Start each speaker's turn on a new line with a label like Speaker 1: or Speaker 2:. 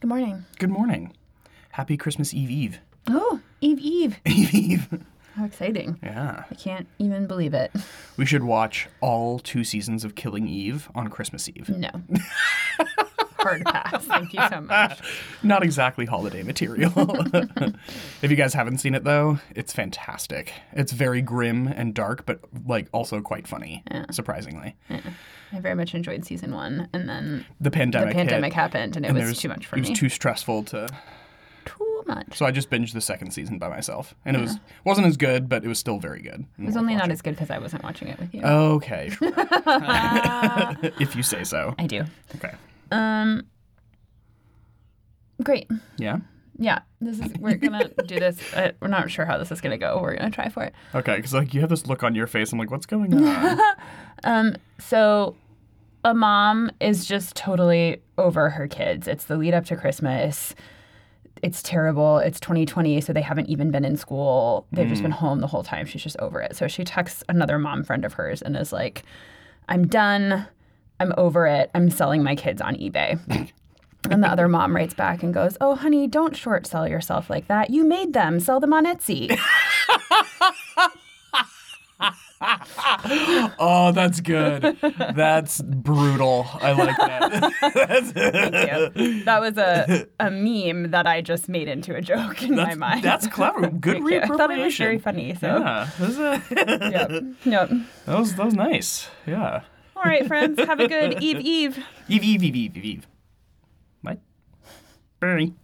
Speaker 1: Good morning.
Speaker 2: Good morning. Happy Christmas Eve Eve.
Speaker 1: Oh, Eve Eve.
Speaker 2: Eve Eve.
Speaker 1: How exciting.
Speaker 2: Yeah.
Speaker 1: I can't even believe it.
Speaker 2: We should watch all two seasons of Killing Eve on Christmas Eve.
Speaker 1: No. Hard pass. Thank you so much.
Speaker 2: Not exactly holiday material. if you guys haven't seen it though, it's fantastic. It's very grim and dark, but like also quite funny, surprisingly.
Speaker 1: I very much enjoyed season one, and then
Speaker 2: The
Speaker 1: the
Speaker 2: pandemic. hit,
Speaker 1: pandemic happened, and it
Speaker 2: and
Speaker 1: was
Speaker 2: there's-
Speaker 1: too much for
Speaker 2: It was
Speaker 1: me.
Speaker 2: too stressful to.
Speaker 1: Too much.
Speaker 2: So I just binged the second season by myself, and it was wasn't as good, but it was still very good.
Speaker 1: It was only not as good because I wasn't watching it with you.
Speaker 2: Uh, Okay, sure. if you say so.
Speaker 1: I do.
Speaker 2: Okay.
Speaker 1: Um. Great.
Speaker 2: Yeah.
Speaker 1: Yeah. This is. We're gonna do this. Uh, we're not sure how this is gonna go. We're gonna try for it.
Speaker 2: Okay, because like you have this look on your face. I'm like, what's going on?
Speaker 1: Um, so a mom is just totally over her kids. It's the lead up to Christmas. It's terrible. It's 2020, so they haven't even been in school. They've just been
Speaker 2: Mm.
Speaker 1: home the whole time. She's just over it. So she texts another mom friend of hers and is like, I'm done. I'm over it. I'm selling my kids on eBay. and the other mom writes back and goes, Oh, honey, don't short sell yourself like that. You made them. Sell them on Etsy.
Speaker 2: oh, that's good. That's brutal. I like that.
Speaker 1: That was a, a meme that I just made into a joke in my mind.
Speaker 2: that's clever. Good
Speaker 1: Thank you. I
Speaker 2: reappropriation.
Speaker 1: thought it was very funny. So,
Speaker 2: Yeah, that was, a-
Speaker 1: yep. Yep.
Speaker 2: that was that was nice. Yeah.
Speaker 1: All right, friends. Have a good Eve Eve.
Speaker 2: Eve, Eve, Eve, Eve, Eve. What? Bernie.